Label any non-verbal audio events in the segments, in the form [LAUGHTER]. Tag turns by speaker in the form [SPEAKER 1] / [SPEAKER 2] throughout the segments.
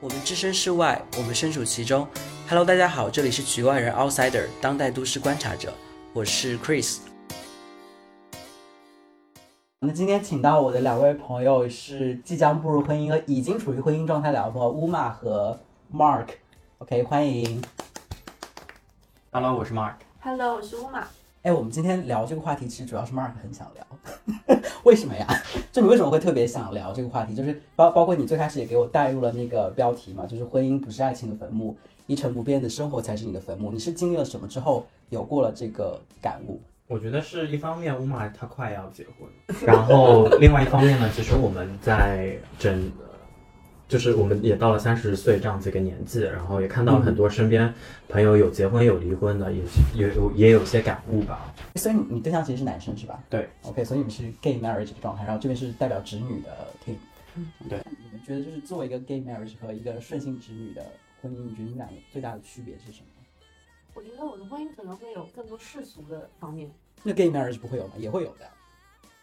[SPEAKER 1] 我们置身事外，我们身处其中。Hello，大家好，这里是局外人 Outsider 当代都市观察者，我是 Chris。我们今天请到我的两位朋友是即将步入婚姻和已经处于婚姻状态的两位朋友乌玛和 Mark。OK，欢迎。
[SPEAKER 2] Hello，我是 Mark。
[SPEAKER 3] Hello，我是乌玛。
[SPEAKER 1] 哎，我们今天聊这个话题，其实主要是 Mark 很想聊， [LAUGHS] 为什么呀？就你为什么会特别想聊这个话题？就是包包括你最开始也给我带入了那个标题嘛，就是婚姻不是爱情的坟墓，一成不变的生活才是你的坟墓。你是经历了什么之后有过了这个感悟？
[SPEAKER 2] 我觉得是一方面，乌玛她快要结婚，然后另外一方面呢，其实我们在整，就是我们也到了三十岁这样子一个年纪，然后也看到了
[SPEAKER 3] 嗯
[SPEAKER 2] 很多身边朋友有结婚有离婚的，也也有也有些感悟吧。
[SPEAKER 1] 所以你你对象其实是男生是吧？
[SPEAKER 2] 对
[SPEAKER 1] ，OK，所以你们是 gay marriage 的状态，然后这边是代表直女的 team。
[SPEAKER 2] 对，
[SPEAKER 1] 你们觉得就是作为一个 gay marriage 和一个顺性直女的婚姻，你觉得你们两个最大的区别是什么？
[SPEAKER 3] 我觉得我的婚姻可能会有更多世俗的方面
[SPEAKER 1] 那 gay marriage 不会有吗？也会有的。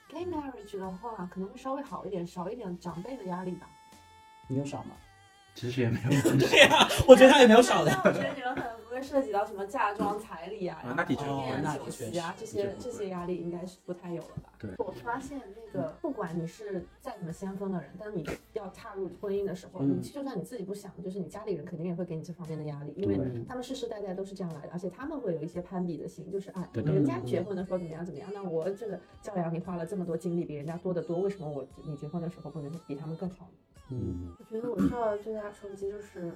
[SPEAKER 3] ，gay marriage 的话可能会稍微好一点，少一点长辈的压力吧。
[SPEAKER 1] 你有少吗？
[SPEAKER 4] 其实也没有很
[SPEAKER 2] [LAUGHS]
[SPEAKER 1] 对呀、 [LAUGHS] 我觉得他也没有少的。
[SPEAKER 3] [LAUGHS] 但我觉得你们可能不会涉及到什么嫁妆、彩礼啊、
[SPEAKER 4] 啊那的确
[SPEAKER 3] 然后
[SPEAKER 1] 不会
[SPEAKER 3] 婚
[SPEAKER 1] 那
[SPEAKER 3] 宴
[SPEAKER 1] 的
[SPEAKER 3] 酒
[SPEAKER 1] 确
[SPEAKER 3] 席啊
[SPEAKER 4] 是
[SPEAKER 3] 这
[SPEAKER 4] 的
[SPEAKER 3] 些
[SPEAKER 4] 确不
[SPEAKER 3] 这
[SPEAKER 4] 会
[SPEAKER 3] 些压力应该是不太有了吧？嗯
[SPEAKER 4] 对
[SPEAKER 3] 我发现那个不管你是再怎么先锋的人，当你要踏入婚姻的时候，
[SPEAKER 1] 嗯
[SPEAKER 3] 你就算你自己不想，就是你家里人肯定也会给你这方面的压力，因为
[SPEAKER 1] 对
[SPEAKER 3] 他们世世代代都是这样来的，而且他们会有一些攀比的心，就是啊，
[SPEAKER 4] 对
[SPEAKER 1] 的
[SPEAKER 3] 人家结婚的时候怎么样怎么样，那我这个教养你花了这么多精力，比人家多得多，为什么我你结婚的时候不能比他们更好呢？
[SPEAKER 4] 嗯，
[SPEAKER 3] 我觉得我受到的最大冲击就是，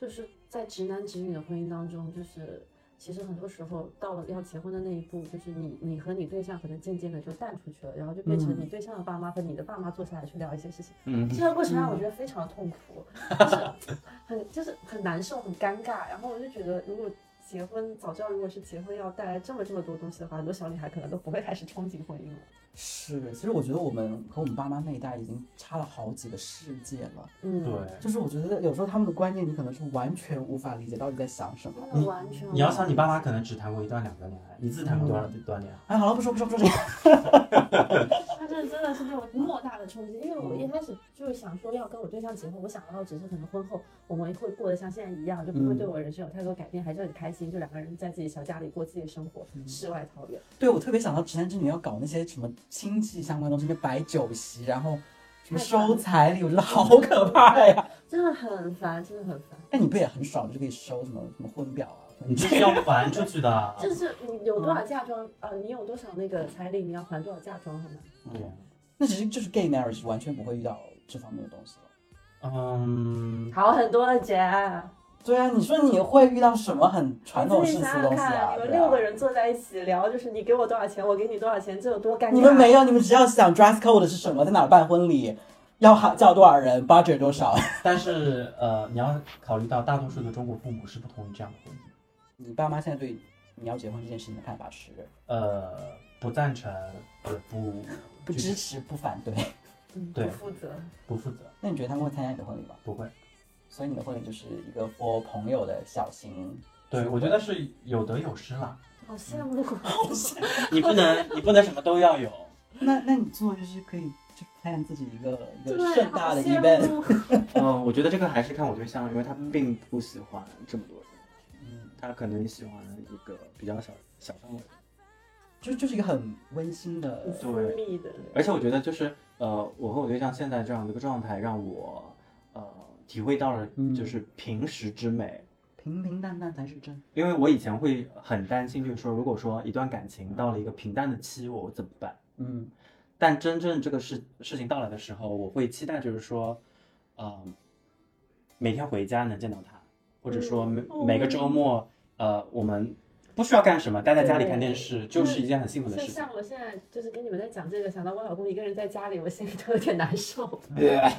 [SPEAKER 3] 就是在直男直女的婚姻当中，就是其实很多时候到了要结婚的那一步，就是你你和你对象可能渐渐的就淡出去了，然后就变成
[SPEAKER 1] 嗯
[SPEAKER 3] 你对象的爸妈和你的爸妈坐下来去聊一些事情，
[SPEAKER 4] 嗯
[SPEAKER 3] 这个过程让我觉得非常痛苦，
[SPEAKER 4] [LAUGHS]
[SPEAKER 3] 就是很就是很难受，很尴尬。然后我就觉得，如果结婚早知道，如果是结婚要带来这么这么多东西的话，很多小女孩可能都不会开始憧憬婚姻了。
[SPEAKER 1] 是，其实我觉得我们和我们爸妈那一代已经差了好几个世界了。
[SPEAKER 3] 嗯，
[SPEAKER 2] 对，
[SPEAKER 1] 就是我觉得有时候他们的观念，你可能是完全无法理解到底在想什么。
[SPEAKER 3] 真
[SPEAKER 2] 你
[SPEAKER 3] 的完全
[SPEAKER 2] 你要想你爸妈可能只谈过一段两段恋爱，你自己谈过多
[SPEAKER 3] 嗯
[SPEAKER 2] 少啊段恋爱？
[SPEAKER 1] 哎，好了，不说不说不说 [LAUGHS] 这个。
[SPEAKER 3] 他这真的是对我莫大的冲击，因为我
[SPEAKER 1] 嗯
[SPEAKER 3] 一开始就是想说要跟我对象结婚，我想到的只是可能婚后我们会过得像现在一样，就不会
[SPEAKER 1] 嗯
[SPEAKER 3] 对我人生有太多改变，还是很开心，就两个人在自己小家里过自己的生活，
[SPEAKER 1] 嗯
[SPEAKER 3] 世外桃源。
[SPEAKER 1] 对我特别想到直男直女要搞那些什么亲戚相关的东西，就摆酒席，然后什么收彩礼，我觉得好可怕呀。
[SPEAKER 3] 真的很烦，真的很烦。
[SPEAKER 1] 但你不也很爽，就可以收什么什么婚表啊？
[SPEAKER 2] 你这是要还出去的。
[SPEAKER 3] [LAUGHS] 就是你有多少
[SPEAKER 1] 嗯
[SPEAKER 3] 嫁妆，呃，你有多少那个彩礼，你要还多少嫁妆，很难。
[SPEAKER 2] 对，
[SPEAKER 1] 嗯那其实就是 gay marriage 完全不会遇到这方面的东西了。
[SPEAKER 2] 嗯，
[SPEAKER 3] 好很多了，姐。
[SPEAKER 1] 对啊，你说你会遇到什么很 [LAUGHS] 传统
[SPEAKER 3] 你
[SPEAKER 1] 世
[SPEAKER 3] 自
[SPEAKER 1] 俗
[SPEAKER 3] 己
[SPEAKER 1] 的
[SPEAKER 3] 想
[SPEAKER 1] 东
[SPEAKER 3] 想
[SPEAKER 1] 西啊？
[SPEAKER 3] 看，你们
[SPEAKER 1] 对啊
[SPEAKER 3] 六个人坐在一起聊，就是你给我多少钱，我给你多少钱，这有多尴尬？啊
[SPEAKER 1] 你们没有，你们只要想 dress code 是什么，在哪儿办婚礼，要喊叫多少人，budget 多少。
[SPEAKER 2] 但是呃，你要考虑到大多数的中国父母是不同意这样的婚姻，
[SPEAKER 1] 你爸妈现在对你要结婚这件事情的看法是
[SPEAKER 2] 呃，不赞成，也不
[SPEAKER 1] 不支持、不反对？
[SPEAKER 3] 嗯
[SPEAKER 2] 对
[SPEAKER 3] 不负责。
[SPEAKER 2] 不负责，
[SPEAKER 1] 那你觉得他们会参加你的婚礼吗？
[SPEAKER 2] 不会。
[SPEAKER 1] 所以你的婚礼就是一个 for 朋友的小型。
[SPEAKER 2] 对，我觉得是有得有失啦。
[SPEAKER 3] 好
[SPEAKER 1] [LAUGHS]
[SPEAKER 3] 羡慕啊。
[SPEAKER 2] [LAUGHS] 你不能，你不能什么都要有。
[SPEAKER 1] 那那你做就是可以就 plan 自己一个一
[SPEAKER 3] 对，
[SPEAKER 1] 个盛大的
[SPEAKER 3] 好啊羡
[SPEAKER 1] event。
[SPEAKER 3] 慕
[SPEAKER 4] [LAUGHS] 嗯，我觉得这个还是看我对象，因为他并不喜欢这么多人，
[SPEAKER 1] 嗯，
[SPEAKER 4] 他可能喜欢一个比较小小范围的。
[SPEAKER 1] 就就是一个很温馨的。
[SPEAKER 3] 私密的，
[SPEAKER 4] 而且我觉得就是呃，我和我对象现在这样的一个状态，让我呃体会到了
[SPEAKER 1] 嗯
[SPEAKER 4] 就是平时之美。
[SPEAKER 1] 平平淡淡才是真。
[SPEAKER 4] 因为我以前会很担心，就是说，如果说一段感情到了一个平淡的期，我怎么办？
[SPEAKER 1] 嗯，
[SPEAKER 4] 但真正这个事事情到来的时候，我会期待就是说，嗯、每天回家能见到他，或者说每、
[SPEAKER 3] 嗯
[SPEAKER 4] 每个周末，呃，我们不需要干什么，待在家里
[SPEAKER 3] 对
[SPEAKER 4] 看电视，就是一件很幸福的
[SPEAKER 3] 就
[SPEAKER 4] 事情。
[SPEAKER 3] 像我现在就是跟你们在讲这个，想到我老公一个人在家里，我心里都有点难受。
[SPEAKER 4] 啊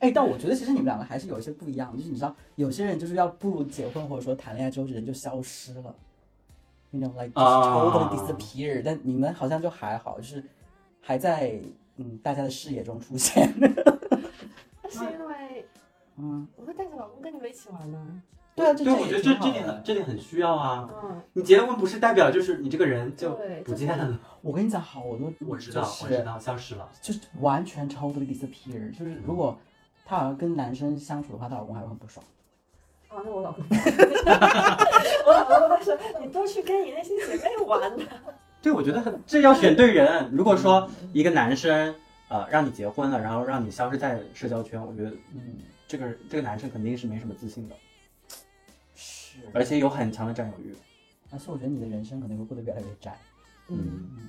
[SPEAKER 1] 哎，但我觉得其实你们两个还是有一些不一样的，就是你知道，有些人就是要步入结婚或者说谈恋爱之后，人就消失了，you know like just
[SPEAKER 4] 啊
[SPEAKER 1] totally disappear、但你们好像就还好，就是还在嗯大家的视野中出现。 [LAUGHS]
[SPEAKER 3] 那 [LAUGHS] 是因为
[SPEAKER 1] 嗯，
[SPEAKER 3] 我会带着老公跟你们一起玩呢。
[SPEAKER 1] 对啊，这
[SPEAKER 4] 对，我觉得这
[SPEAKER 1] 这
[SPEAKER 4] 这
[SPEAKER 1] 也挺
[SPEAKER 4] 点
[SPEAKER 1] 好的
[SPEAKER 4] 很这点很需要啊。
[SPEAKER 3] 嗯，
[SPEAKER 4] 你结了婚不是代表就是你这个人就
[SPEAKER 3] 对
[SPEAKER 4] 不
[SPEAKER 3] 就是 [LAUGHS]
[SPEAKER 4] 见了，
[SPEAKER 1] 我跟你讲，好多
[SPEAKER 2] 我知道，
[SPEAKER 1] 就
[SPEAKER 2] 我知
[SPEAKER 1] 是
[SPEAKER 2] 道，消失了。
[SPEAKER 1] 就是完全 totally disappear，就是如果她好像跟男生相处的话，她老公还会很不爽。
[SPEAKER 3] 啊，那我老公， [LAUGHS] 我老公会说你多去跟你那些姐妹玩吧。
[SPEAKER 4] 对，我觉得很这要选对人。如果
[SPEAKER 3] 嗯
[SPEAKER 4] 说一个男生呃让你结婚了，然后让你消失在社交圈，我觉得
[SPEAKER 1] 嗯，
[SPEAKER 4] 这个这个男生肯定是没什么自信的，
[SPEAKER 1] 是。
[SPEAKER 4] 而且有很强的占有欲。
[SPEAKER 1] 而且我觉得你的人生可能会过得越来越窄，
[SPEAKER 3] 嗯，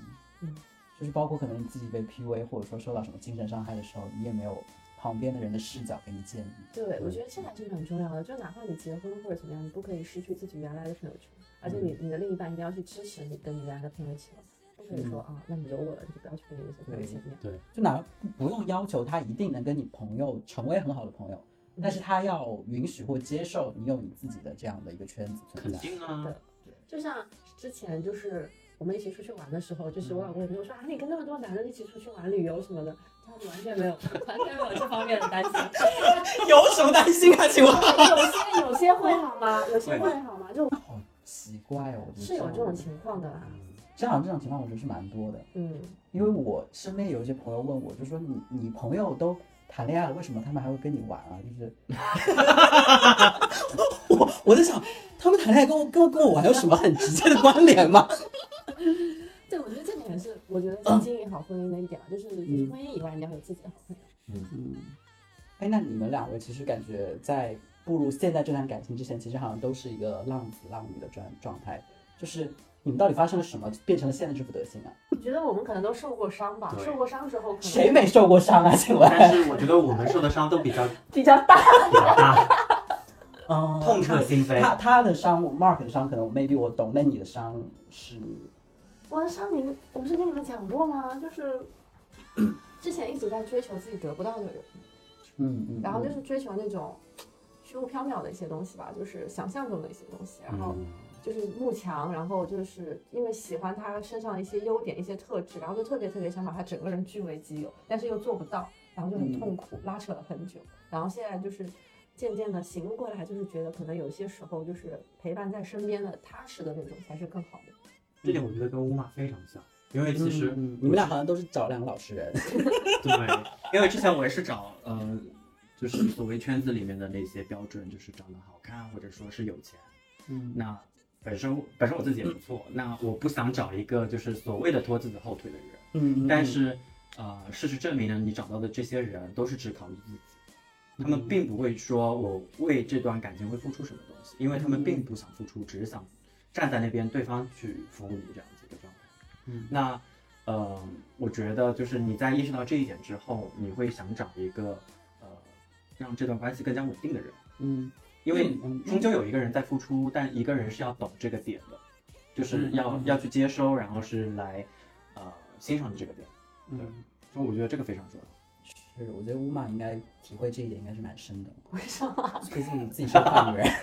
[SPEAKER 1] 就是包括可能你自己被 PUA 或者说受到什么精神伤害的时候，你也没有旁边的人的视角给你建议。
[SPEAKER 3] 对，我觉得这还是很重要的。就哪怕你结婚或者怎么样，你不可以失去自己原来的朋友圈，而且你
[SPEAKER 4] 嗯
[SPEAKER 3] 你的另一半一定要去支持你跟你原来的朋友一起玩，不可以说
[SPEAKER 4] 嗯
[SPEAKER 3] 啊，那你有我了，你就不要去跟你那些朋友见面。
[SPEAKER 1] 就哪不不用要求他一定能跟你朋友成为很好的朋友，但是他要允许或接受你有你自己的这样的一个圈子存在。
[SPEAKER 4] 定啊
[SPEAKER 3] 对就像之前就是我们一起出去玩的时候，就是我老公也没有说啊，你跟那么多男的一起出去玩旅游什么的，他完全没有， [LAUGHS] 完全没有这方面的担心。
[SPEAKER 1] [LAUGHS] 有什么担心啊？请问？
[SPEAKER 3] [LAUGHS] 有些有些会好吗？有些会好吗？就
[SPEAKER 1] 好奇怪哦，我觉得
[SPEAKER 3] 是有这种情况的啦。
[SPEAKER 1] 这样这种情况，我觉得是蛮多的。
[SPEAKER 3] 嗯，
[SPEAKER 1] 因为我身边有一些朋友问我，就说你你朋友都谈恋爱了，为什么他们还会跟你玩啊？就是， [LAUGHS] 我我在想，他们谈恋爱跟我跟我跟我玩有什么很直接的关联吗？ [LAUGHS]
[SPEAKER 3] 对，我觉得这点也是我觉得是经营好婚姻的一点吧，啊就是就是婚姻以外你要有自己的好朋友。
[SPEAKER 1] 嗯，哎，那你们两位其实感觉在步入现在这段感情之前，其实好像都是一个浪子浪女的状状态，就是你们到底发生了什么，变成了现在这副德
[SPEAKER 2] [LAUGHS]
[SPEAKER 1] 行啊？
[SPEAKER 3] 我觉得我们可能都受过伤吧，
[SPEAKER 2] 对
[SPEAKER 3] 受过伤之后可能
[SPEAKER 1] 谁没受过伤啊？ [LAUGHS] 请问？
[SPEAKER 2] 但是我觉得我们受的伤都比较
[SPEAKER 3] 比较大？
[SPEAKER 2] 比较大，
[SPEAKER 1] 嗯，
[SPEAKER 2] 痛彻心扉。
[SPEAKER 1] 他他的伤，Mark 的伤可能 maybe 我懂，但你的伤是
[SPEAKER 3] 我的伤你，我不是跟你们讲过吗？ [CLEARS THROAT] 就是。之前一直在追求自己得不到的人，
[SPEAKER 1] 嗯嗯，
[SPEAKER 3] 然后就是追求那种虚无缥缈的一些东西吧，就是想象中的一些东西，然后
[SPEAKER 2] 嗯，
[SPEAKER 3] 就是慕强，然后就是因为喜欢他身上的一些优点、一些特质，然后就特别特别想把他整个人据为己有，但是又做不到，然后就很
[SPEAKER 1] 嗯
[SPEAKER 3] 痛苦，拉扯了很久。然后现在就是渐渐的醒悟过来，就是觉得可能有些时候就是陪伴在身边的踏实的那种才是更好的。
[SPEAKER 2] 这点我觉得跟乌玛非常像，因为其实
[SPEAKER 1] 嗯嗯你们俩好像都是找两个老实人，
[SPEAKER 2] 对
[SPEAKER 4] 因为之前我也是找呃，就是所谓圈子里面的那些标准，就是长得好看，或者说是有钱。
[SPEAKER 1] [LAUGHS] 嗯
[SPEAKER 4] 那本身本身我自己也不错，那我不想找一个就是所谓的拖自己后腿的人。
[SPEAKER 1] 嗯，
[SPEAKER 4] 但是呃，事实证明呢，你找到的这些人都是只考虑自己，他们并不会说我为这段感情会付出什么东西，因为他们并不想付出，只是想站在那边对方去服务你这样子一个状态。
[SPEAKER 1] 嗯，
[SPEAKER 4] 那呃，我觉得就是你在意识到这一点之后，你会想找一个呃让这段关系更加稳定的人，
[SPEAKER 1] 嗯
[SPEAKER 4] 因为
[SPEAKER 1] 嗯嗯
[SPEAKER 4] 终究有一个人在付出，但一个人是要懂这个点的，就是
[SPEAKER 1] 嗯
[SPEAKER 4] 要、
[SPEAKER 1] 嗯
[SPEAKER 4] 要去接收，然后是来呃欣赏你这个点。
[SPEAKER 1] 嗯，
[SPEAKER 4] 所以我觉得这个非常重要。
[SPEAKER 1] 是，我觉得乌玛应该体会这一点应该是蛮深的，
[SPEAKER 3] [LAUGHS] 为什么？
[SPEAKER 1] 毕竟你自己是个大女
[SPEAKER 3] [LAUGHS]
[SPEAKER 1] 人，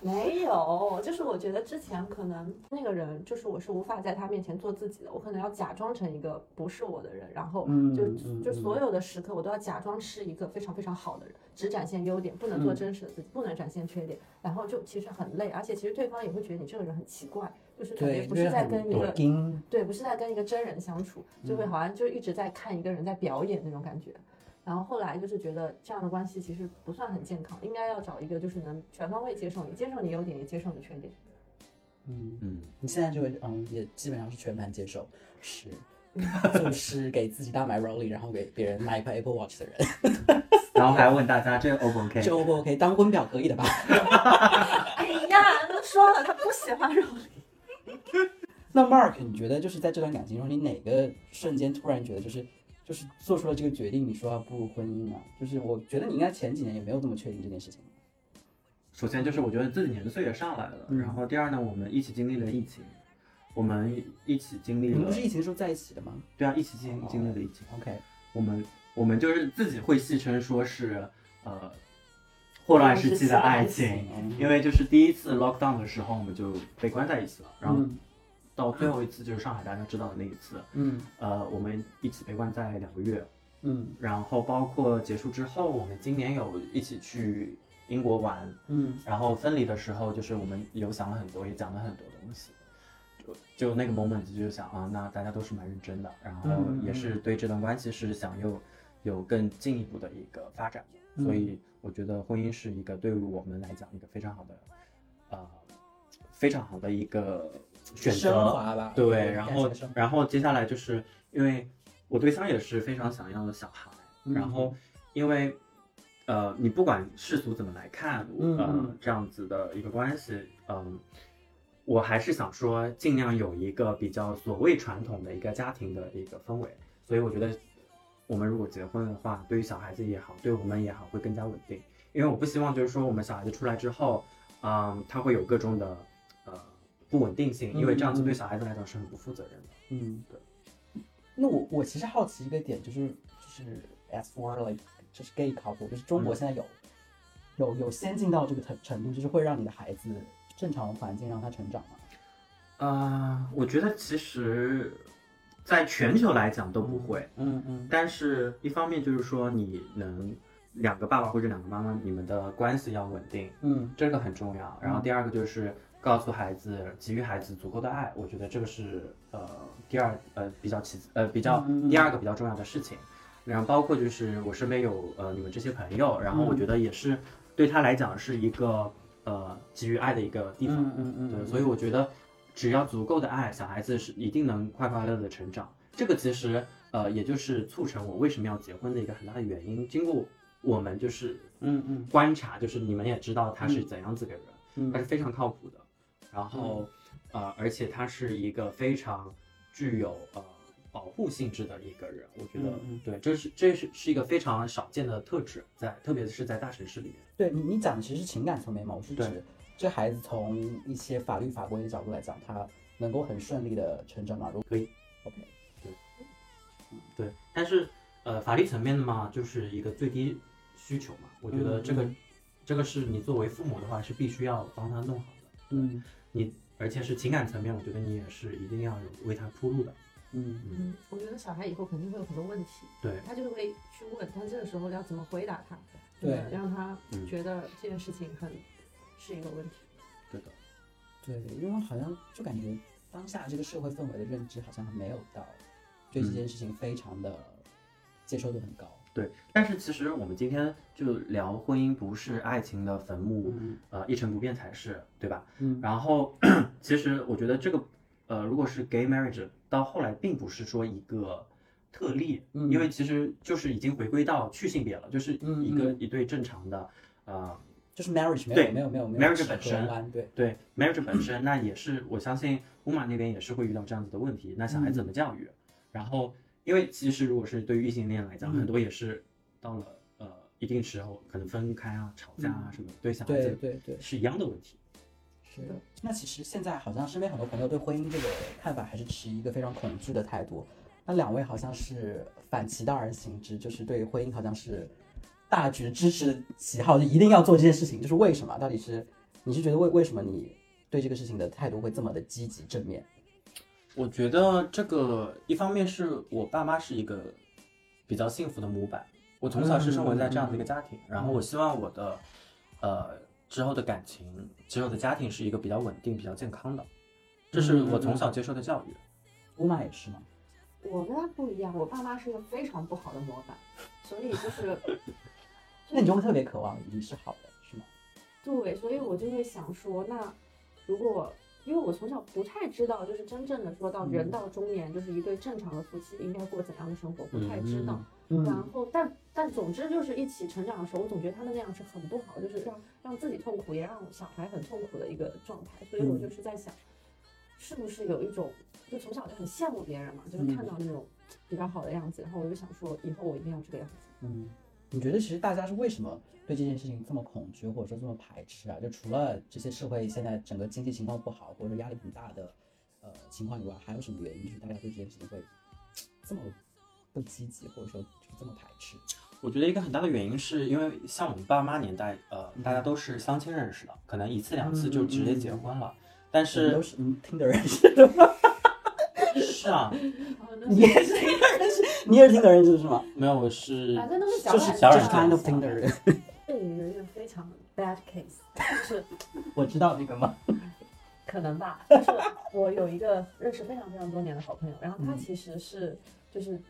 [SPEAKER 3] 没有，就是我觉得之前可能那个人就是我是无法在他面前做自己的，我可能要假装成一个不是我的人，然后
[SPEAKER 1] 嗯
[SPEAKER 3] 就
[SPEAKER 1] 嗯
[SPEAKER 3] 就
[SPEAKER 1] 嗯
[SPEAKER 3] 所有的时刻，我都要假装是一个非常非常好的人，只展现优点，不能
[SPEAKER 1] 嗯
[SPEAKER 3] 做真实的自己，不能展现缺点，然后就其实很累，而且其实对方也会觉得你这个人很奇怪，就是感觉
[SPEAKER 1] 对，
[SPEAKER 3] 不是在跟一个
[SPEAKER 1] 盯，
[SPEAKER 3] 对，不是在跟一个真人相处，就会好像就一直在看一个人在表演那种感觉。然后后来就是觉得这样的关系其实不算很健康，应该要找一个就是能全方位接受你，接受你优点，也接受你缺点。
[SPEAKER 1] 嗯，
[SPEAKER 4] [LAUGHS] 嗯，
[SPEAKER 1] 你现在就会嗯也基本上是全盘接受，
[SPEAKER 3] [LAUGHS]
[SPEAKER 1] 是。就是给自己大买 Rolly，然后给别人买一块 Apple Watch 的人，
[SPEAKER 4] 然后还要问大家这个 O 不 OK？
[SPEAKER 1] 这 O 不 OK？当婚表可以的吧？
[SPEAKER 3] [LAUGHS] 哎呀，都说了他不喜欢肉，
[SPEAKER 1] 那 Mark，你觉得就是在这段感情中，你哪个瞬间突然觉得就是就是做出了这个决定，你说要步入婚姻呢？就是我觉得你应该前几年也没有这么确定这件事情。
[SPEAKER 4] 首先就是我觉得自己年岁也上来了，
[SPEAKER 1] 嗯
[SPEAKER 4] 然后第二呢，我们一起经历了疫情，我们一起经
[SPEAKER 1] 你
[SPEAKER 4] 历
[SPEAKER 1] 们
[SPEAKER 4] 了
[SPEAKER 1] 不是疫情的时候在一起的哦吗
[SPEAKER 4] 对啊，一起经经历了疫情，
[SPEAKER 1] ？OK，
[SPEAKER 4] 我们我们就是自己会戏称说是呃霍乱时期的爱情，
[SPEAKER 1] 嗯
[SPEAKER 4] 因为就是第一次 lockdown 的时候我们就被关在一起了，然后
[SPEAKER 1] 嗯
[SPEAKER 4] 到最后一次就是上海大家知道的那一次，
[SPEAKER 1] 嗯
[SPEAKER 4] 呃，我们一起被关在两个月，
[SPEAKER 1] 嗯
[SPEAKER 4] 然后包括结束之后，我们今年有一起去英国玩，
[SPEAKER 1] 嗯
[SPEAKER 4] 然后分离的时候，就是我们有想了很多，也讲了很多东西。就就那个 moment 就想啊，那大家都是蛮认真的，然后
[SPEAKER 1] 嗯嗯嗯
[SPEAKER 4] 也是对这段关系是想有有更进一步的一个发展。
[SPEAKER 1] 嗯
[SPEAKER 4] 所以我觉得婚姻是一个对于我们来讲一个非常好的，呃，非常好的一个选择。
[SPEAKER 1] 升华吧。嗯
[SPEAKER 4] 对，然后
[SPEAKER 1] 感谢升华
[SPEAKER 4] 然后接下来就是因为我对象也是非常想要的小孩，
[SPEAKER 1] 嗯
[SPEAKER 4] 然后因为呃，你不管世俗怎么来看，
[SPEAKER 1] 嗯
[SPEAKER 4] 呃
[SPEAKER 1] 嗯，
[SPEAKER 4] 这样子的一个关系，嗯、我还是想说尽量有一个比较所谓传统的一个家庭的一个氛围，所以我觉得我们如果结婚的话，对于小孩子也好，对我们也好，会更加稳定，因为我不希望就是说我们小孩子出来之后，嗯、他会有各种的呃不稳定性，因为这样子对小孩子来讲是很不负责任的。
[SPEAKER 1] 嗯，对。那我我其实好奇一个点，就是就是 as for like 就是 gay couple，就是中国现在有、有有先进到这个程程度，就是会让你的孩子正常的环境让他成长吗？
[SPEAKER 4] 啊、我觉得其实，在全球来讲都不会，
[SPEAKER 1] 嗯嗯
[SPEAKER 4] 但是一方面就是说你能两个爸爸或者两个妈妈，你们的关系要稳定，
[SPEAKER 1] 嗯
[SPEAKER 4] 这个很重要。然后第二个就是告诉孩子，给予孩子足够的爱，我觉得这个是呃第二呃比较其次呃比较
[SPEAKER 1] 嗯嗯嗯
[SPEAKER 4] 第二个比较重要的事情。然后包括就是我身边有呃你们这些朋友，然后我觉得也是对他来讲是一个呃给予爱的一个地方。
[SPEAKER 1] 嗯嗯嗯，
[SPEAKER 4] 对，所以我觉得只要足够的爱，小孩子是一定能快快乐乐的成长。这个其实呃，也就是促成我为什么要结婚的一个很大的原因。经过我们就是
[SPEAKER 1] 嗯嗯
[SPEAKER 4] 观察，就是你们也知道他是怎样子的人，
[SPEAKER 1] 嗯
[SPEAKER 4] 他是非常靠谱的。然后、呃，而且他是一个非常具有呃保护性质的一个人。我觉得、
[SPEAKER 1] 嗯嗯
[SPEAKER 4] 对，这是这是是一个非常少见的特质，在特别是在大城市里面。
[SPEAKER 1] 对你你讲的其实是情感层面嘛，我是
[SPEAKER 4] 对
[SPEAKER 1] 指这孩子从一些法律法规的角度来讲，他能够很顺利的成长嘛？如果
[SPEAKER 4] 可以
[SPEAKER 1] ，OK，
[SPEAKER 4] 对，但是呃，法律层面的嘛，就是一个最低需求嘛。我觉得这个、
[SPEAKER 1] 嗯
[SPEAKER 4] 这个是你作为父母的话是必须要帮他弄好的，
[SPEAKER 1] 嗯
[SPEAKER 4] 而且是情感层面，我觉得你也是一定要有为他铺路的。
[SPEAKER 1] 嗯
[SPEAKER 3] 嗯，我觉得小孩以后肯定会有很多问题，
[SPEAKER 4] 对，
[SPEAKER 3] 他就会去问，但这个时候要怎么回答他，
[SPEAKER 1] 对
[SPEAKER 3] 嗯让他
[SPEAKER 4] 嗯
[SPEAKER 3] 觉得这件事情很是一个问题。
[SPEAKER 4] 对的。
[SPEAKER 1] 对，因为好像就感觉当下这个社会氛围的认知好像还没有到对这
[SPEAKER 4] 嗯
[SPEAKER 1] 件事情非常的接受度很高。
[SPEAKER 4] 对，但是其实我们今天就聊婚姻不是爱情的坟墓，
[SPEAKER 1] 嗯
[SPEAKER 4] 呃，一成不变才是，对吧？
[SPEAKER 1] 嗯
[SPEAKER 4] 然后 [COUGHS] 其实我觉得这个，呃，如果是 gay marriage，到后来并不是说一个特例，
[SPEAKER 1] 嗯
[SPEAKER 4] 因为其实就是已经回归到去性别了，就是
[SPEAKER 1] 嗯
[SPEAKER 4] 一个、
[SPEAKER 1] 嗯
[SPEAKER 4] 一对正常的，呃，
[SPEAKER 1] 就是 marriage 没
[SPEAKER 4] 对
[SPEAKER 1] 有没有没有没有
[SPEAKER 4] marriage
[SPEAKER 1] 指
[SPEAKER 4] 本
[SPEAKER 1] 河
[SPEAKER 4] 身
[SPEAKER 1] 湾对，
[SPEAKER 4] 对 marriage 本身，那也是我相信乌马那边也是会遇到这样子的问题，那小孩子怎么教育？然后，因为其实如果是对于异性恋来讲，
[SPEAKER 1] 嗯
[SPEAKER 4] 很多也是到了呃一定时候可能分开啊、吵架啊什么的，对小孩
[SPEAKER 1] 对
[SPEAKER 4] 子
[SPEAKER 1] 对对，
[SPEAKER 4] 是一样的问题。
[SPEAKER 1] 是的。那其实现在好像身边很多朋友对婚姻这个看法还是持一个非常恐惧的态度。那两位好像是反其道而行之，就是对于婚姻好像是大局支持喜好，就一定要做这件事情。就是为什么？到底是你是觉得为为什么你对这个事情的态度会这么的积极正面？
[SPEAKER 4] 我觉得这个一方面是我爸妈是一个比较幸福的模板，我从小是生活在这样的一个家庭，然后我希望我的呃之后的感情、之后的家庭是一个比较稳定、比较健康的，这是我从小接受的教育。
[SPEAKER 1] 乌玛也是吗？
[SPEAKER 3] 我跟他不一样，我爸妈是一个非常不好的模板，所以就是
[SPEAKER 1] 那你就会特别渴望你是好的，是吗？
[SPEAKER 3] 对，所以我就会想说，那如果因为我从小不太知道，就是真正的说到人
[SPEAKER 1] 嗯
[SPEAKER 3] 到中年，就是一对正常的夫妻应该过怎样的生活，不太知道。
[SPEAKER 1] 嗯啊
[SPEAKER 3] 然后，但但总之就是一起成长的时候，我总觉得他们那样是很不好，就是啊让让自己痛苦，也让小孩很痛苦的一个状态。
[SPEAKER 1] 嗯
[SPEAKER 3] 所以我就是在想，是不是有一种就从小就很羡慕别人嘛，就是
[SPEAKER 1] 嗯
[SPEAKER 3] 看到那种比较好的样子，然后我就想说，以后我一定要这个样子。
[SPEAKER 1] 嗯，你觉得其实大家是为什么对这件事情这么恐惧，或者说这么排斥啊？就除了这些社会现在整个经济情况不好，或者说压力很大的呃情况以外，还有什么原因就是大家对这件事情会这么不积极，或者说就是这么排斥？
[SPEAKER 4] 我觉得一个很大的原因是因为像我们爸妈年代，呃，大家都是相亲认识的，可能一次两次就直接
[SPEAKER 2] 嗯
[SPEAKER 4] 结婚了。但
[SPEAKER 1] 我们
[SPEAKER 4] 是
[SPEAKER 1] 都是嗯听的人是的吗？
[SPEAKER 4] 是啊，
[SPEAKER 3] 哦
[SPEAKER 1] 你也 [LAUGHS] 是听的人是，你也是听的人是是吗？
[SPEAKER 4] 没有我是
[SPEAKER 3] 反正都是小
[SPEAKER 1] 就是
[SPEAKER 3] 孩子
[SPEAKER 4] 小
[SPEAKER 1] 就
[SPEAKER 4] 软
[SPEAKER 1] 是
[SPEAKER 4] 件
[SPEAKER 1] kind of 听的人，
[SPEAKER 3] 这里有一个非常 bad case，就是
[SPEAKER 1] [LAUGHS] 我知道那个吗？
[SPEAKER 3] 可能吧，就是我有一个认识非常非常多年的好朋友，然后他其实是就是。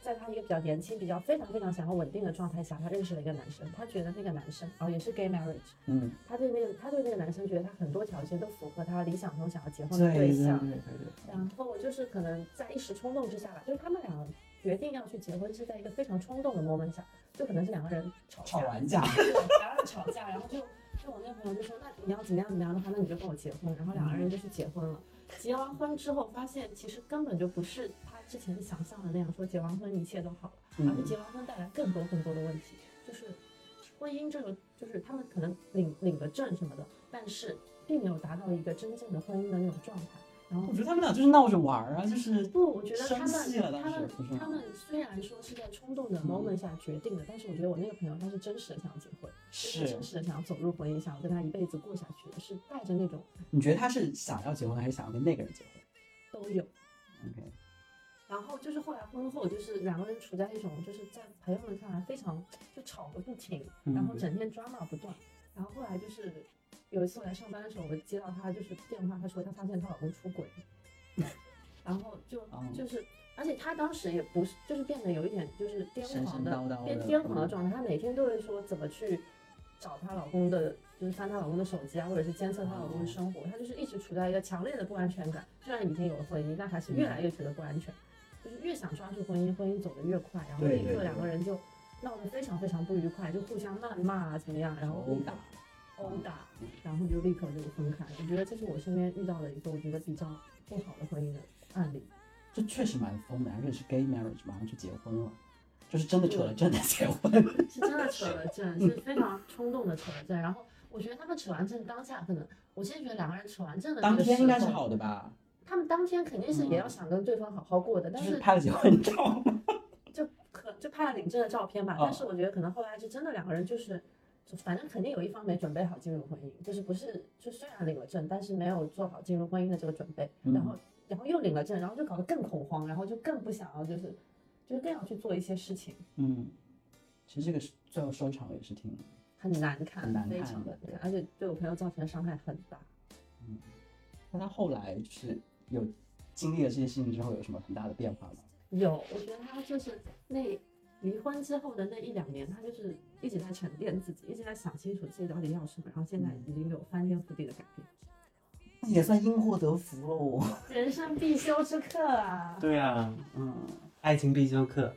[SPEAKER 3] 在她一个比较年轻、比较非常非常想要稳定的状态下，她认识了一个男生，她觉得那个男生哦也是 gay marriage，
[SPEAKER 1] 嗯，
[SPEAKER 3] 她对那个她对那个男生觉得他很多条件都符合她理想中想要结婚的
[SPEAKER 1] 对
[SPEAKER 3] 对
[SPEAKER 1] 对对
[SPEAKER 3] 象，
[SPEAKER 1] 对
[SPEAKER 3] 然后就是可能在一时冲动之下吧，就是他们俩决定要去结婚是在一个非常冲动的 moment 下，就可能是两个人吵
[SPEAKER 1] 吵
[SPEAKER 3] 架，
[SPEAKER 1] 完架，
[SPEAKER 3] 对，两个人吵架，然后就就我那个朋友就说，那你要怎么样怎么样的话，那你就跟我结婚，然后两个人就去结婚了。结完婚之后，发现其实根本就不是他之前想象的那样，说结完婚一切都好了，而是
[SPEAKER 1] 嗯
[SPEAKER 3] 结完婚带来更多更多的问题，就是婚姻这个，就是他们可能领领了证什么的，但是并没有达到一个真正的婚姻的那种状态，然后
[SPEAKER 1] 我觉得他们俩就是闹着玩儿啊，就是
[SPEAKER 3] 不，我觉得他
[SPEAKER 1] 生气了
[SPEAKER 3] 们
[SPEAKER 1] 当
[SPEAKER 3] 他
[SPEAKER 1] 时
[SPEAKER 3] 们
[SPEAKER 1] 不是吗嗯
[SPEAKER 3] 他们虽然说是在冲动的 moment 下决定的，但是我觉得我那个朋友他是真实的想要结婚，就是真实的想要走入婚姻，想要跟他一辈子过下去的，是带着那种
[SPEAKER 1] 你觉得他是想要结婚还是想要跟那个人结婚
[SPEAKER 3] 都有。
[SPEAKER 1] ？OK，
[SPEAKER 3] 然后就是后来婚后，就是两个人处在一种就是在朋友们看来非常就吵个不停，
[SPEAKER 1] 嗯
[SPEAKER 3] 然后整天 drama 不断。然后后来就是有一次我来上班的时候，我接到她就是电话，她说她发现她老公出轨，然后就
[SPEAKER 1] 哦
[SPEAKER 3] 就是，而且她当时也不是就是变得有一点就是癫
[SPEAKER 1] 神
[SPEAKER 3] 狂
[SPEAKER 1] 神
[SPEAKER 3] 的
[SPEAKER 1] 叨叨
[SPEAKER 3] 癫
[SPEAKER 1] 的，嗯
[SPEAKER 3] 癫狂的状态，她每天都会说怎么去找她老公的，就是翻她老公的手机啊，或者是监测她老
[SPEAKER 1] 哦
[SPEAKER 3] 公的生活，她就是一直处在一个强烈的不安全感。虽然已经有了婚姻，但
[SPEAKER 1] 嗯
[SPEAKER 3] 还是越来越觉得不安全，就是越想抓住婚姻，婚姻走得越快，然后
[SPEAKER 1] 对
[SPEAKER 3] 立
[SPEAKER 1] 对
[SPEAKER 3] 刻
[SPEAKER 1] 对
[SPEAKER 3] 两个人就闹得非常非常不愉快，就互相谩骂啊怎么样，然后
[SPEAKER 1] 殴打，
[SPEAKER 3] 殴打，然后就立刻就分开。我觉得这是我身边遇到的一个我觉得比较不好的婚姻的案例。
[SPEAKER 1] 这确实蛮疯的，而且是 gay marriage，马上就结婚了，就是真的扯了证的结婚。
[SPEAKER 3] 是真的扯了证，是非常冲动的扯了证。然后我觉得他们扯完证当下，可能我现在觉得两个人扯完证的那
[SPEAKER 1] 当
[SPEAKER 3] 个
[SPEAKER 1] 天应该是
[SPEAKER 3] 时候，
[SPEAKER 1] 好的吧？
[SPEAKER 3] 他们当天肯定是也要想跟对方好好过的，
[SPEAKER 1] 就
[SPEAKER 3] 但
[SPEAKER 1] 是
[SPEAKER 3] 是
[SPEAKER 1] 拍了结婚照，
[SPEAKER 3] 就可就拍了领证的照片吧。
[SPEAKER 1] 哦
[SPEAKER 3] 但是我觉得可能后来就真的两个人就是。就反正肯定有一方没准备好进入婚姻，就是不是就虽然领了证，但是没有做好进入婚姻的这个准备，
[SPEAKER 1] 嗯
[SPEAKER 3] 然后然后又领了证，然后就搞得更恐慌，然后就更不想要就是就是更要去做一些事情，
[SPEAKER 1] 嗯，其实这个是最后收场也是挺，
[SPEAKER 3] 很难看，
[SPEAKER 1] 很难
[SPEAKER 3] 非
[SPEAKER 1] 看
[SPEAKER 3] 常的
[SPEAKER 1] 对
[SPEAKER 3] 难看，而且对我朋友造成的伤害很大。
[SPEAKER 1] 那他后来就是有经历了这些事情之后，有什么很大的变化吗？
[SPEAKER 3] 有，我觉得他就是那离婚之后的那一两年，他就是一直在沉淀自己，一直在想清楚自己到底要什么，然后现
[SPEAKER 1] 嗯
[SPEAKER 3] 在已经有翻天覆地的改变，
[SPEAKER 1] 那也算因祸得福喽。 [LAUGHS]
[SPEAKER 3] 人生必修之课啊！
[SPEAKER 2] 对啊，
[SPEAKER 1] 嗯，
[SPEAKER 2] 爱情必修课。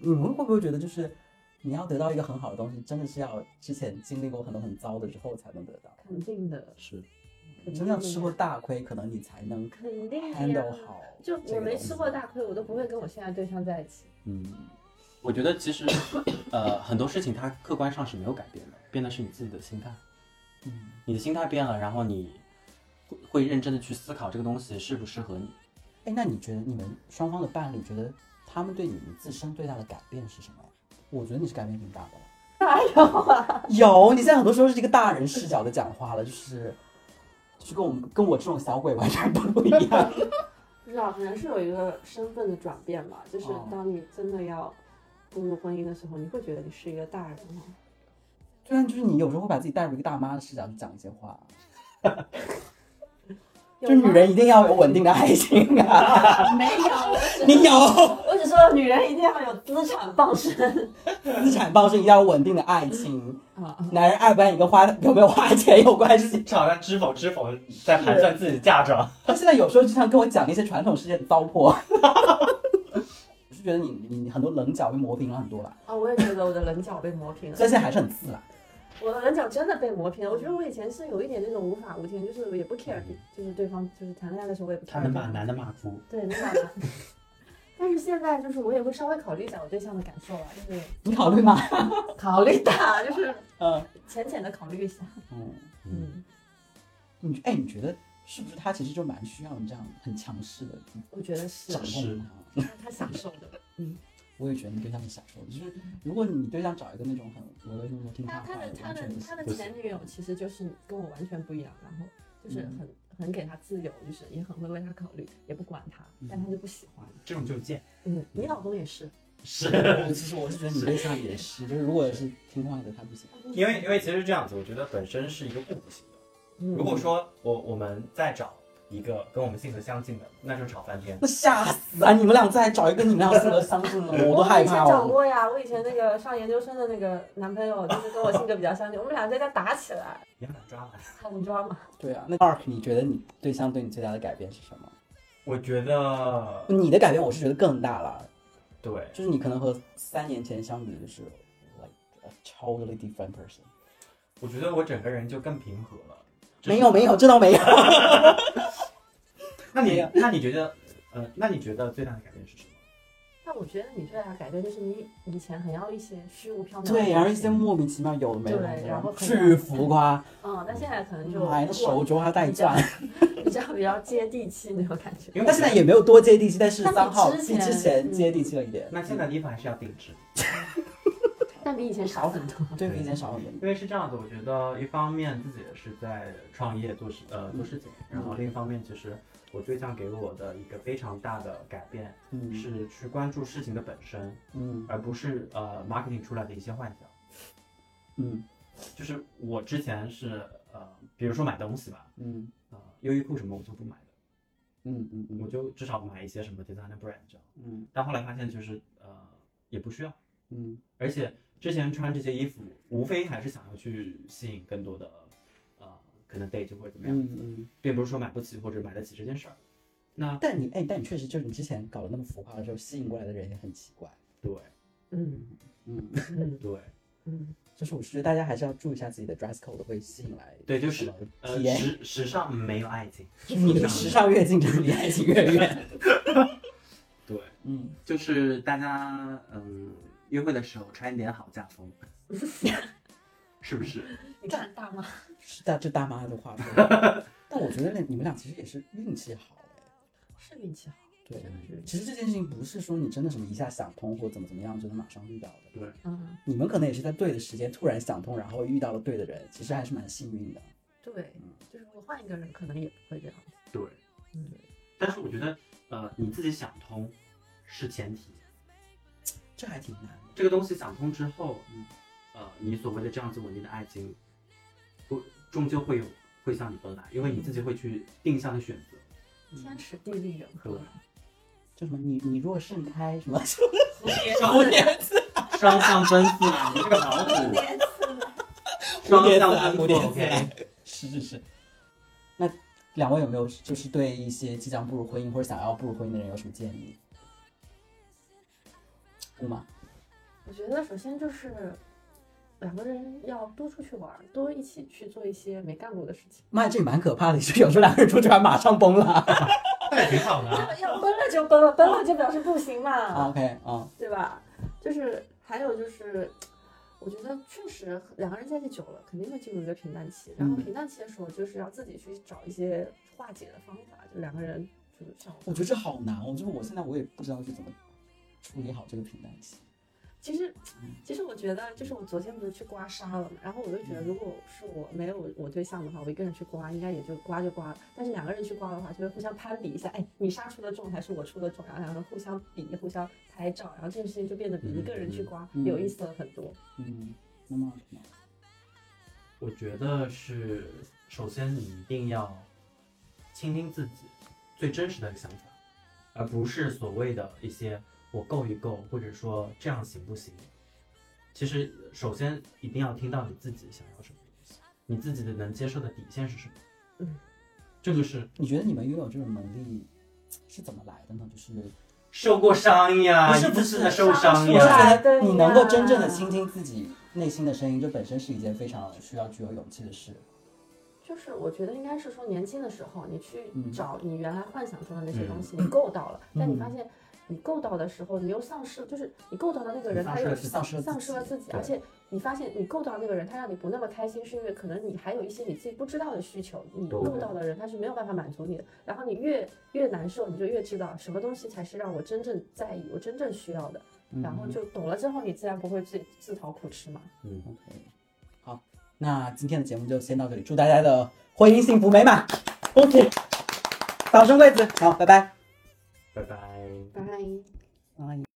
[SPEAKER 1] 你们会不会觉得就是你要得到一个很好的东西，真的是要之前经历过很多很糟的之后才能得到？
[SPEAKER 3] 肯定的，
[SPEAKER 2] 是，
[SPEAKER 3] 肯
[SPEAKER 1] 真
[SPEAKER 3] 定
[SPEAKER 1] 的要
[SPEAKER 3] 的，
[SPEAKER 1] 吃过大亏，可能你才能
[SPEAKER 3] 肯定的
[SPEAKER 1] handle
[SPEAKER 3] 嗯呀。
[SPEAKER 1] 好。
[SPEAKER 3] 就我没吃过大，亏，我都不会跟我现在对象在一起。
[SPEAKER 2] 嗯，
[SPEAKER 4] 我觉得其实，呃，很多事情它客观上是没有改变的，变的是你自己的心态。
[SPEAKER 1] 嗯，
[SPEAKER 4] 你的心态变了，然后你会会认真的去思考这个东西适不适合你。
[SPEAKER 1] 哎，那你觉得你们双方的伴侣觉得他们对你们自身最大的改变是什么呀？我觉得你是改变挺大的了。
[SPEAKER 3] [LAUGHS]
[SPEAKER 1] 哪有啊？有，你现在很多时候是一个大人视角的讲话了，就是，就是跟我们跟我这种小鬼完全不一样。 [LAUGHS]
[SPEAKER 3] 不知道，可能是有一个身份的转变吧，就是
[SPEAKER 1] 哦
[SPEAKER 3] 当你真的要步入婚姻的时候，你会觉得你是一个大人了。
[SPEAKER 1] 虽然啊就是你有时候会把自己带入一个大妈的视角去讲一些话，就是女人一定要有稳定的爱情啊！ [LAUGHS]
[SPEAKER 3] 没有，
[SPEAKER 1] 你有
[SPEAKER 3] [LAUGHS] 我只说女人一定要有资产傍身
[SPEAKER 1] 资产暴政，一定要有稳定的爱情。
[SPEAKER 3] 啊。
[SPEAKER 1] 男人爱不爱你跟花有没有花钱有关系。
[SPEAKER 2] 这好像知否知否在盘算自己嫁妆。
[SPEAKER 1] 他现在有时候经常跟我讲一些传统世界的糟粕。 [LAUGHS] 我是觉得你你你很多棱角被磨平了很多吧，
[SPEAKER 3] 啊，我也觉得我的棱角被磨平了
[SPEAKER 1] 虽，然现在还是很刺啦。
[SPEAKER 3] 我的棱角真的被磨平了。我觉得我以前是有一点那种无法无天，就是也不 care，就是对方就是谈恋爱的时候我也不 care。
[SPEAKER 2] 他能把男的骂哭，
[SPEAKER 3] 对，能把男。 [LAUGHS] 但是现在就是我也会稍微考虑一下我对象的感受吧，就是
[SPEAKER 1] 你考虑吗？ [LAUGHS]
[SPEAKER 3] 考虑的， [LAUGHS] 就是
[SPEAKER 1] 嗯
[SPEAKER 3] 浅浅的考虑一下。
[SPEAKER 1] 嗯，
[SPEAKER 3] 嗯，
[SPEAKER 1] 你哎，你觉得是不是他其实就蛮需要你这样很强势的
[SPEAKER 3] 嗯我觉得是
[SPEAKER 1] 掌控他？
[SPEAKER 3] 他享受的。
[SPEAKER 1] 我也觉得你对象是享受的，就是如果你对象找一个那种很我的我听
[SPEAKER 3] 他
[SPEAKER 1] 话
[SPEAKER 3] 他的
[SPEAKER 1] 的，嗯
[SPEAKER 3] 他
[SPEAKER 1] 完全
[SPEAKER 3] 的
[SPEAKER 1] 不
[SPEAKER 3] 他
[SPEAKER 1] 行。
[SPEAKER 3] 的前女友其实就是跟我完全不一样，然后就是很、很给他自由，就是也很会为他考虑，也不管他，但他就不喜欢。
[SPEAKER 2] 这种就贱。
[SPEAKER 3] 嗯，你老公也是，
[SPEAKER 1] 我其实我是 [LAUGHS] 觉得你对象也是，就是如果是听话的他不行。
[SPEAKER 2] 因
[SPEAKER 3] 嗯
[SPEAKER 1] 嗯
[SPEAKER 2] 为因为其实这样子，我觉得本身是一个互补性的。如果说我我们在找
[SPEAKER 4] 一个跟我们性格相近的，那就吵翻天。
[SPEAKER 1] 那吓死啊！你们俩再找一个你们俩性格相近的， [LAUGHS] 我都害
[SPEAKER 3] [LAUGHS] 以前
[SPEAKER 1] 怕
[SPEAKER 3] 找
[SPEAKER 1] 哦。
[SPEAKER 3] 过呀，我以前那个上研究生的那个男朋友，就是跟我性格比较相近，我们俩在家打起来，
[SPEAKER 4] 你要把抓完。
[SPEAKER 3] 很抓嘛。
[SPEAKER 1] 对啊，那 Mark，你觉得你对象对你最大的改变是什么？
[SPEAKER 4] 我觉得
[SPEAKER 1] 你的改变我是觉得更大了，
[SPEAKER 4] 对，
[SPEAKER 1] 就是你可能和三年前相比，就是 like a totally different person。
[SPEAKER 4] 我觉得我整个人就更平和了。就是
[SPEAKER 1] 没有没有，这倒没有。
[SPEAKER 4] 那
[SPEAKER 1] 没
[SPEAKER 4] 你
[SPEAKER 1] 有
[SPEAKER 4] 那你觉得呃，那你觉得最大的改变是什么？
[SPEAKER 3] 但我觉得你最大的改变就是你以前很要一些虚无缥缈的东西，
[SPEAKER 1] 对，然后一些莫名其妙有的没的
[SPEAKER 3] 对
[SPEAKER 1] 东西，
[SPEAKER 3] 然后可能
[SPEAKER 1] 巨浮夸，
[SPEAKER 3] 嗯，但现在可能就
[SPEAKER 1] 啊
[SPEAKER 3] 嗯
[SPEAKER 1] 妈呀，那手镯还带钻。
[SPEAKER 3] [LAUGHS] 比较比较接地气那种感觉。
[SPEAKER 4] 因为我
[SPEAKER 1] 但现在也没有多接地气，但是
[SPEAKER 3] 但比
[SPEAKER 1] 三号
[SPEAKER 3] 之
[SPEAKER 1] 比
[SPEAKER 3] 前
[SPEAKER 1] 之前
[SPEAKER 3] 嗯
[SPEAKER 1] 接地气了一点，
[SPEAKER 4] 那现在的衣服还是要定制，
[SPEAKER 1] 嗯
[SPEAKER 3] 但比以前少很多。
[SPEAKER 1] 对比以前少很多。
[SPEAKER 4] 因为是这样子，我觉得一方面自己也是在创业做事呃做事情，
[SPEAKER 1] 嗯
[SPEAKER 4] 然后另一方面其实我对象给我的一个非常大的改变
[SPEAKER 1] 嗯
[SPEAKER 4] 是去关注事情的本身，
[SPEAKER 1] 嗯
[SPEAKER 4] 而不是呃 marketing 出来的一些幻想。
[SPEAKER 1] 嗯
[SPEAKER 4] 就是我之前是呃，比如说买东西吧，
[SPEAKER 1] 嗯
[SPEAKER 4] 呃，优衣库什么我就不买的，
[SPEAKER 1] 嗯嗯
[SPEAKER 4] 我
[SPEAKER 1] 嗯
[SPEAKER 4] 就至少买一些什么 designer brand 这样。
[SPEAKER 1] 嗯
[SPEAKER 4] 但后来发现就是呃，也不需要，
[SPEAKER 1] 嗯
[SPEAKER 4] 而且之前穿这些衣服，无非还是想要去吸引更多的呃，可能 date 或者怎么样，
[SPEAKER 1] 嗯嗯。
[SPEAKER 4] 并不是说买不起或者买得起这件事儿。那
[SPEAKER 1] 但你哎，但你确实就是你之前搞得那么浮夸的时候，吸引过来的人也很奇怪。
[SPEAKER 4] 对
[SPEAKER 3] 嗯
[SPEAKER 1] 嗯，
[SPEAKER 3] 嗯
[SPEAKER 4] 对
[SPEAKER 3] 嗯， [LAUGHS]
[SPEAKER 1] 就是我是觉得大家还是要注意一下自己的 dress code，会吸引来
[SPEAKER 4] 对，就是
[SPEAKER 1] 什么
[SPEAKER 4] 呃，
[SPEAKER 1] 体验。
[SPEAKER 4] 时时尚没有爱情，
[SPEAKER 1] 你的时尚越近，就是离爱情越远。
[SPEAKER 4] [LAUGHS] 对，
[SPEAKER 1] 嗯，
[SPEAKER 5] 就是大家嗯约会的时候穿一点好嫁风，是不是？
[SPEAKER 3] 你看大妈，
[SPEAKER 1] 是大这大妈的话
[SPEAKER 4] [LAUGHS]
[SPEAKER 1] 说。但我觉得那你们俩其实也是运气好哎。
[SPEAKER 3] 是运气好，
[SPEAKER 1] 对
[SPEAKER 3] 真的是。
[SPEAKER 1] 其实这件事情不是说你真的什么一下想通或怎么怎么样就能马上遇到的，
[SPEAKER 3] 嗯，
[SPEAKER 1] 你们可能也是在对的时间突然想通，然后遇到了对的人，其实还是蛮幸运的。
[SPEAKER 3] 对，就是我换一个人可能也不会这样。
[SPEAKER 4] 对，
[SPEAKER 3] 嗯
[SPEAKER 4] 但是我觉得呃，你自己想通是前提，
[SPEAKER 1] 这还挺难的。
[SPEAKER 4] 这个东西想通之后，
[SPEAKER 1] 嗯
[SPEAKER 4] 呃，你所谓的这样子稳定的爱情，不终究会有会向你奔来，因为你自己会去定向的选择。
[SPEAKER 3] 天时地利人和，
[SPEAKER 1] 就什么你你若盛开什么， [LAUGHS]
[SPEAKER 3] 蝴蝶
[SPEAKER 5] [LAUGHS] 双向奔赴啊，你这个老虎，
[SPEAKER 3] [LAUGHS]
[SPEAKER 1] 蝴
[SPEAKER 4] 双
[SPEAKER 1] 蝶
[SPEAKER 4] 向
[SPEAKER 1] 自来
[SPEAKER 4] 奔赴
[SPEAKER 1] 蝴蝶自
[SPEAKER 5] [LAUGHS]
[SPEAKER 1] 来
[SPEAKER 4] OK，
[SPEAKER 1] 是是是。那两位有没有就是对一些即将步入婚姻或者想要步入婚姻的人有什么建议？姑妈，
[SPEAKER 3] 我觉得首先就是两个人要多出去玩儿，多一起去做一些没干过的事情。
[SPEAKER 1] 妈，这蛮可怕的，是有时候两个人出去玩马上崩了。
[SPEAKER 4] 那也挺好的啊。
[SPEAKER 3] [LAUGHS] [LAUGHS] 要崩了就崩了，崩了就表示不行 [LAUGHS] 嘛，
[SPEAKER 1] OK [LAUGHS] 啊、
[SPEAKER 3] 对吧？就是还有就是。我觉得确实两个人在一起久了，肯定会进入一个平淡期。然后
[SPEAKER 1] 嗯
[SPEAKER 3] 平淡期的时候，就是要自己去找一些化解的方法。就两个人就是像我
[SPEAKER 1] 我觉得这好难哦，就是我现在我也不知道是怎么处理好这个平淡期。
[SPEAKER 3] 其实，其实我觉得，就是我昨天不是去刮痧了嘛，然后我就觉
[SPEAKER 1] 嗯
[SPEAKER 3] 得，如果是我没有我对象的话，我一个人去刮，应该也就刮就刮了。但是两个人去刮的话，就会互相攀比一下，哎，你痧出的重还是我出的重，然后两个人互相比，互相拍照，然后这件事情就变得比一个人去刮、
[SPEAKER 1] 嗯
[SPEAKER 3] 有意思了很多。
[SPEAKER 1] 嗯，那么什么？
[SPEAKER 4] 我觉得是，首先你一定要倾听自己最真实的想法，而不是所谓的一些我够一够，或者说这样行不行。其实，首先一定要听到你自己想要什么东西，你自己的能接受的底线是什么。
[SPEAKER 3] 嗯，
[SPEAKER 4] 这个是
[SPEAKER 1] 你觉得你们拥有这种能力是怎么来的呢？就是
[SPEAKER 4] 受过伤呀，
[SPEAKER 1] 不是
[SPEAKER 4] 你自
[SPEAKER 1] 不是
[SPEAKER 4] 身的受
[SPEAKER 3] 伤
[SPEAKER 4] 伤
[SPEAKER 3] 是
[SPEAKER 1] 我
[SPEAKER 3] 吧
[SPEAKER 4] 呀。
[SPEAKER 1] 觉
[SPEAKER 3] 对
[SPEAKER 1] 得
[SPEAKER 3] 呀
[SPEAKER 1] 你能够真正的倾听自己内心的声音，这本身是一件非常需要具有勇气的事。
[SPEAKER 3] 就是我觉得应该是说，年轻的时候你去
[SPEAKER 1] 嗯
[SPEAKER 3] 找你原来幻想中的那些
[SPEAKER 4] 嗯
[SPEAKER 3] 东西，你够到了，但
[SPEAKER 1] 嗯
[SPEAKER 3] 你发现你够到的时候，你又丧失，就是你够到的那个人，
[SPEAKER 4] 丧
[SPEAKER 3] 他
[SPEAKER 4] 失
[SPEAKER 3] 又
[SPEAKER 4] 了
[SPEAKER 1] 自己丧失了
[SPEAKER 3] 丧
[SPEAKER 1] 自
[SPEAKER 3] 失了
[SPEAKER 1] 己
[SPEAKER 3] 自己，
[SPEAKER 1] 对
[SPEAKER 3] 而且你发现你够到那个人，他让你不那么开心，是因为可能你还有一些你自己不知道的需求，你
[SPEAKER 4] 对
[SPEAKER 3] 够到的人他是没有办法满足你的，然后你越越难受，你就越知道什么东西才是让我真正在意、我真正需要的，
[SPEAKER 1] 嗯
[SPEAKER 3] 然后就懂了之后，你自然不会自自讨苦吃嘛。
[SPEAKER 4] 嗯，
[SPEAKER 1] OK，好，那今天的节目就先到这里，祝大家的婚姻幸福美满，恭喜，早生贵子，好，拜拜，
[SPEAKER 4] 拜拜。
[SPEAKER 3] 拜。
[SPEAKER 1] 拜。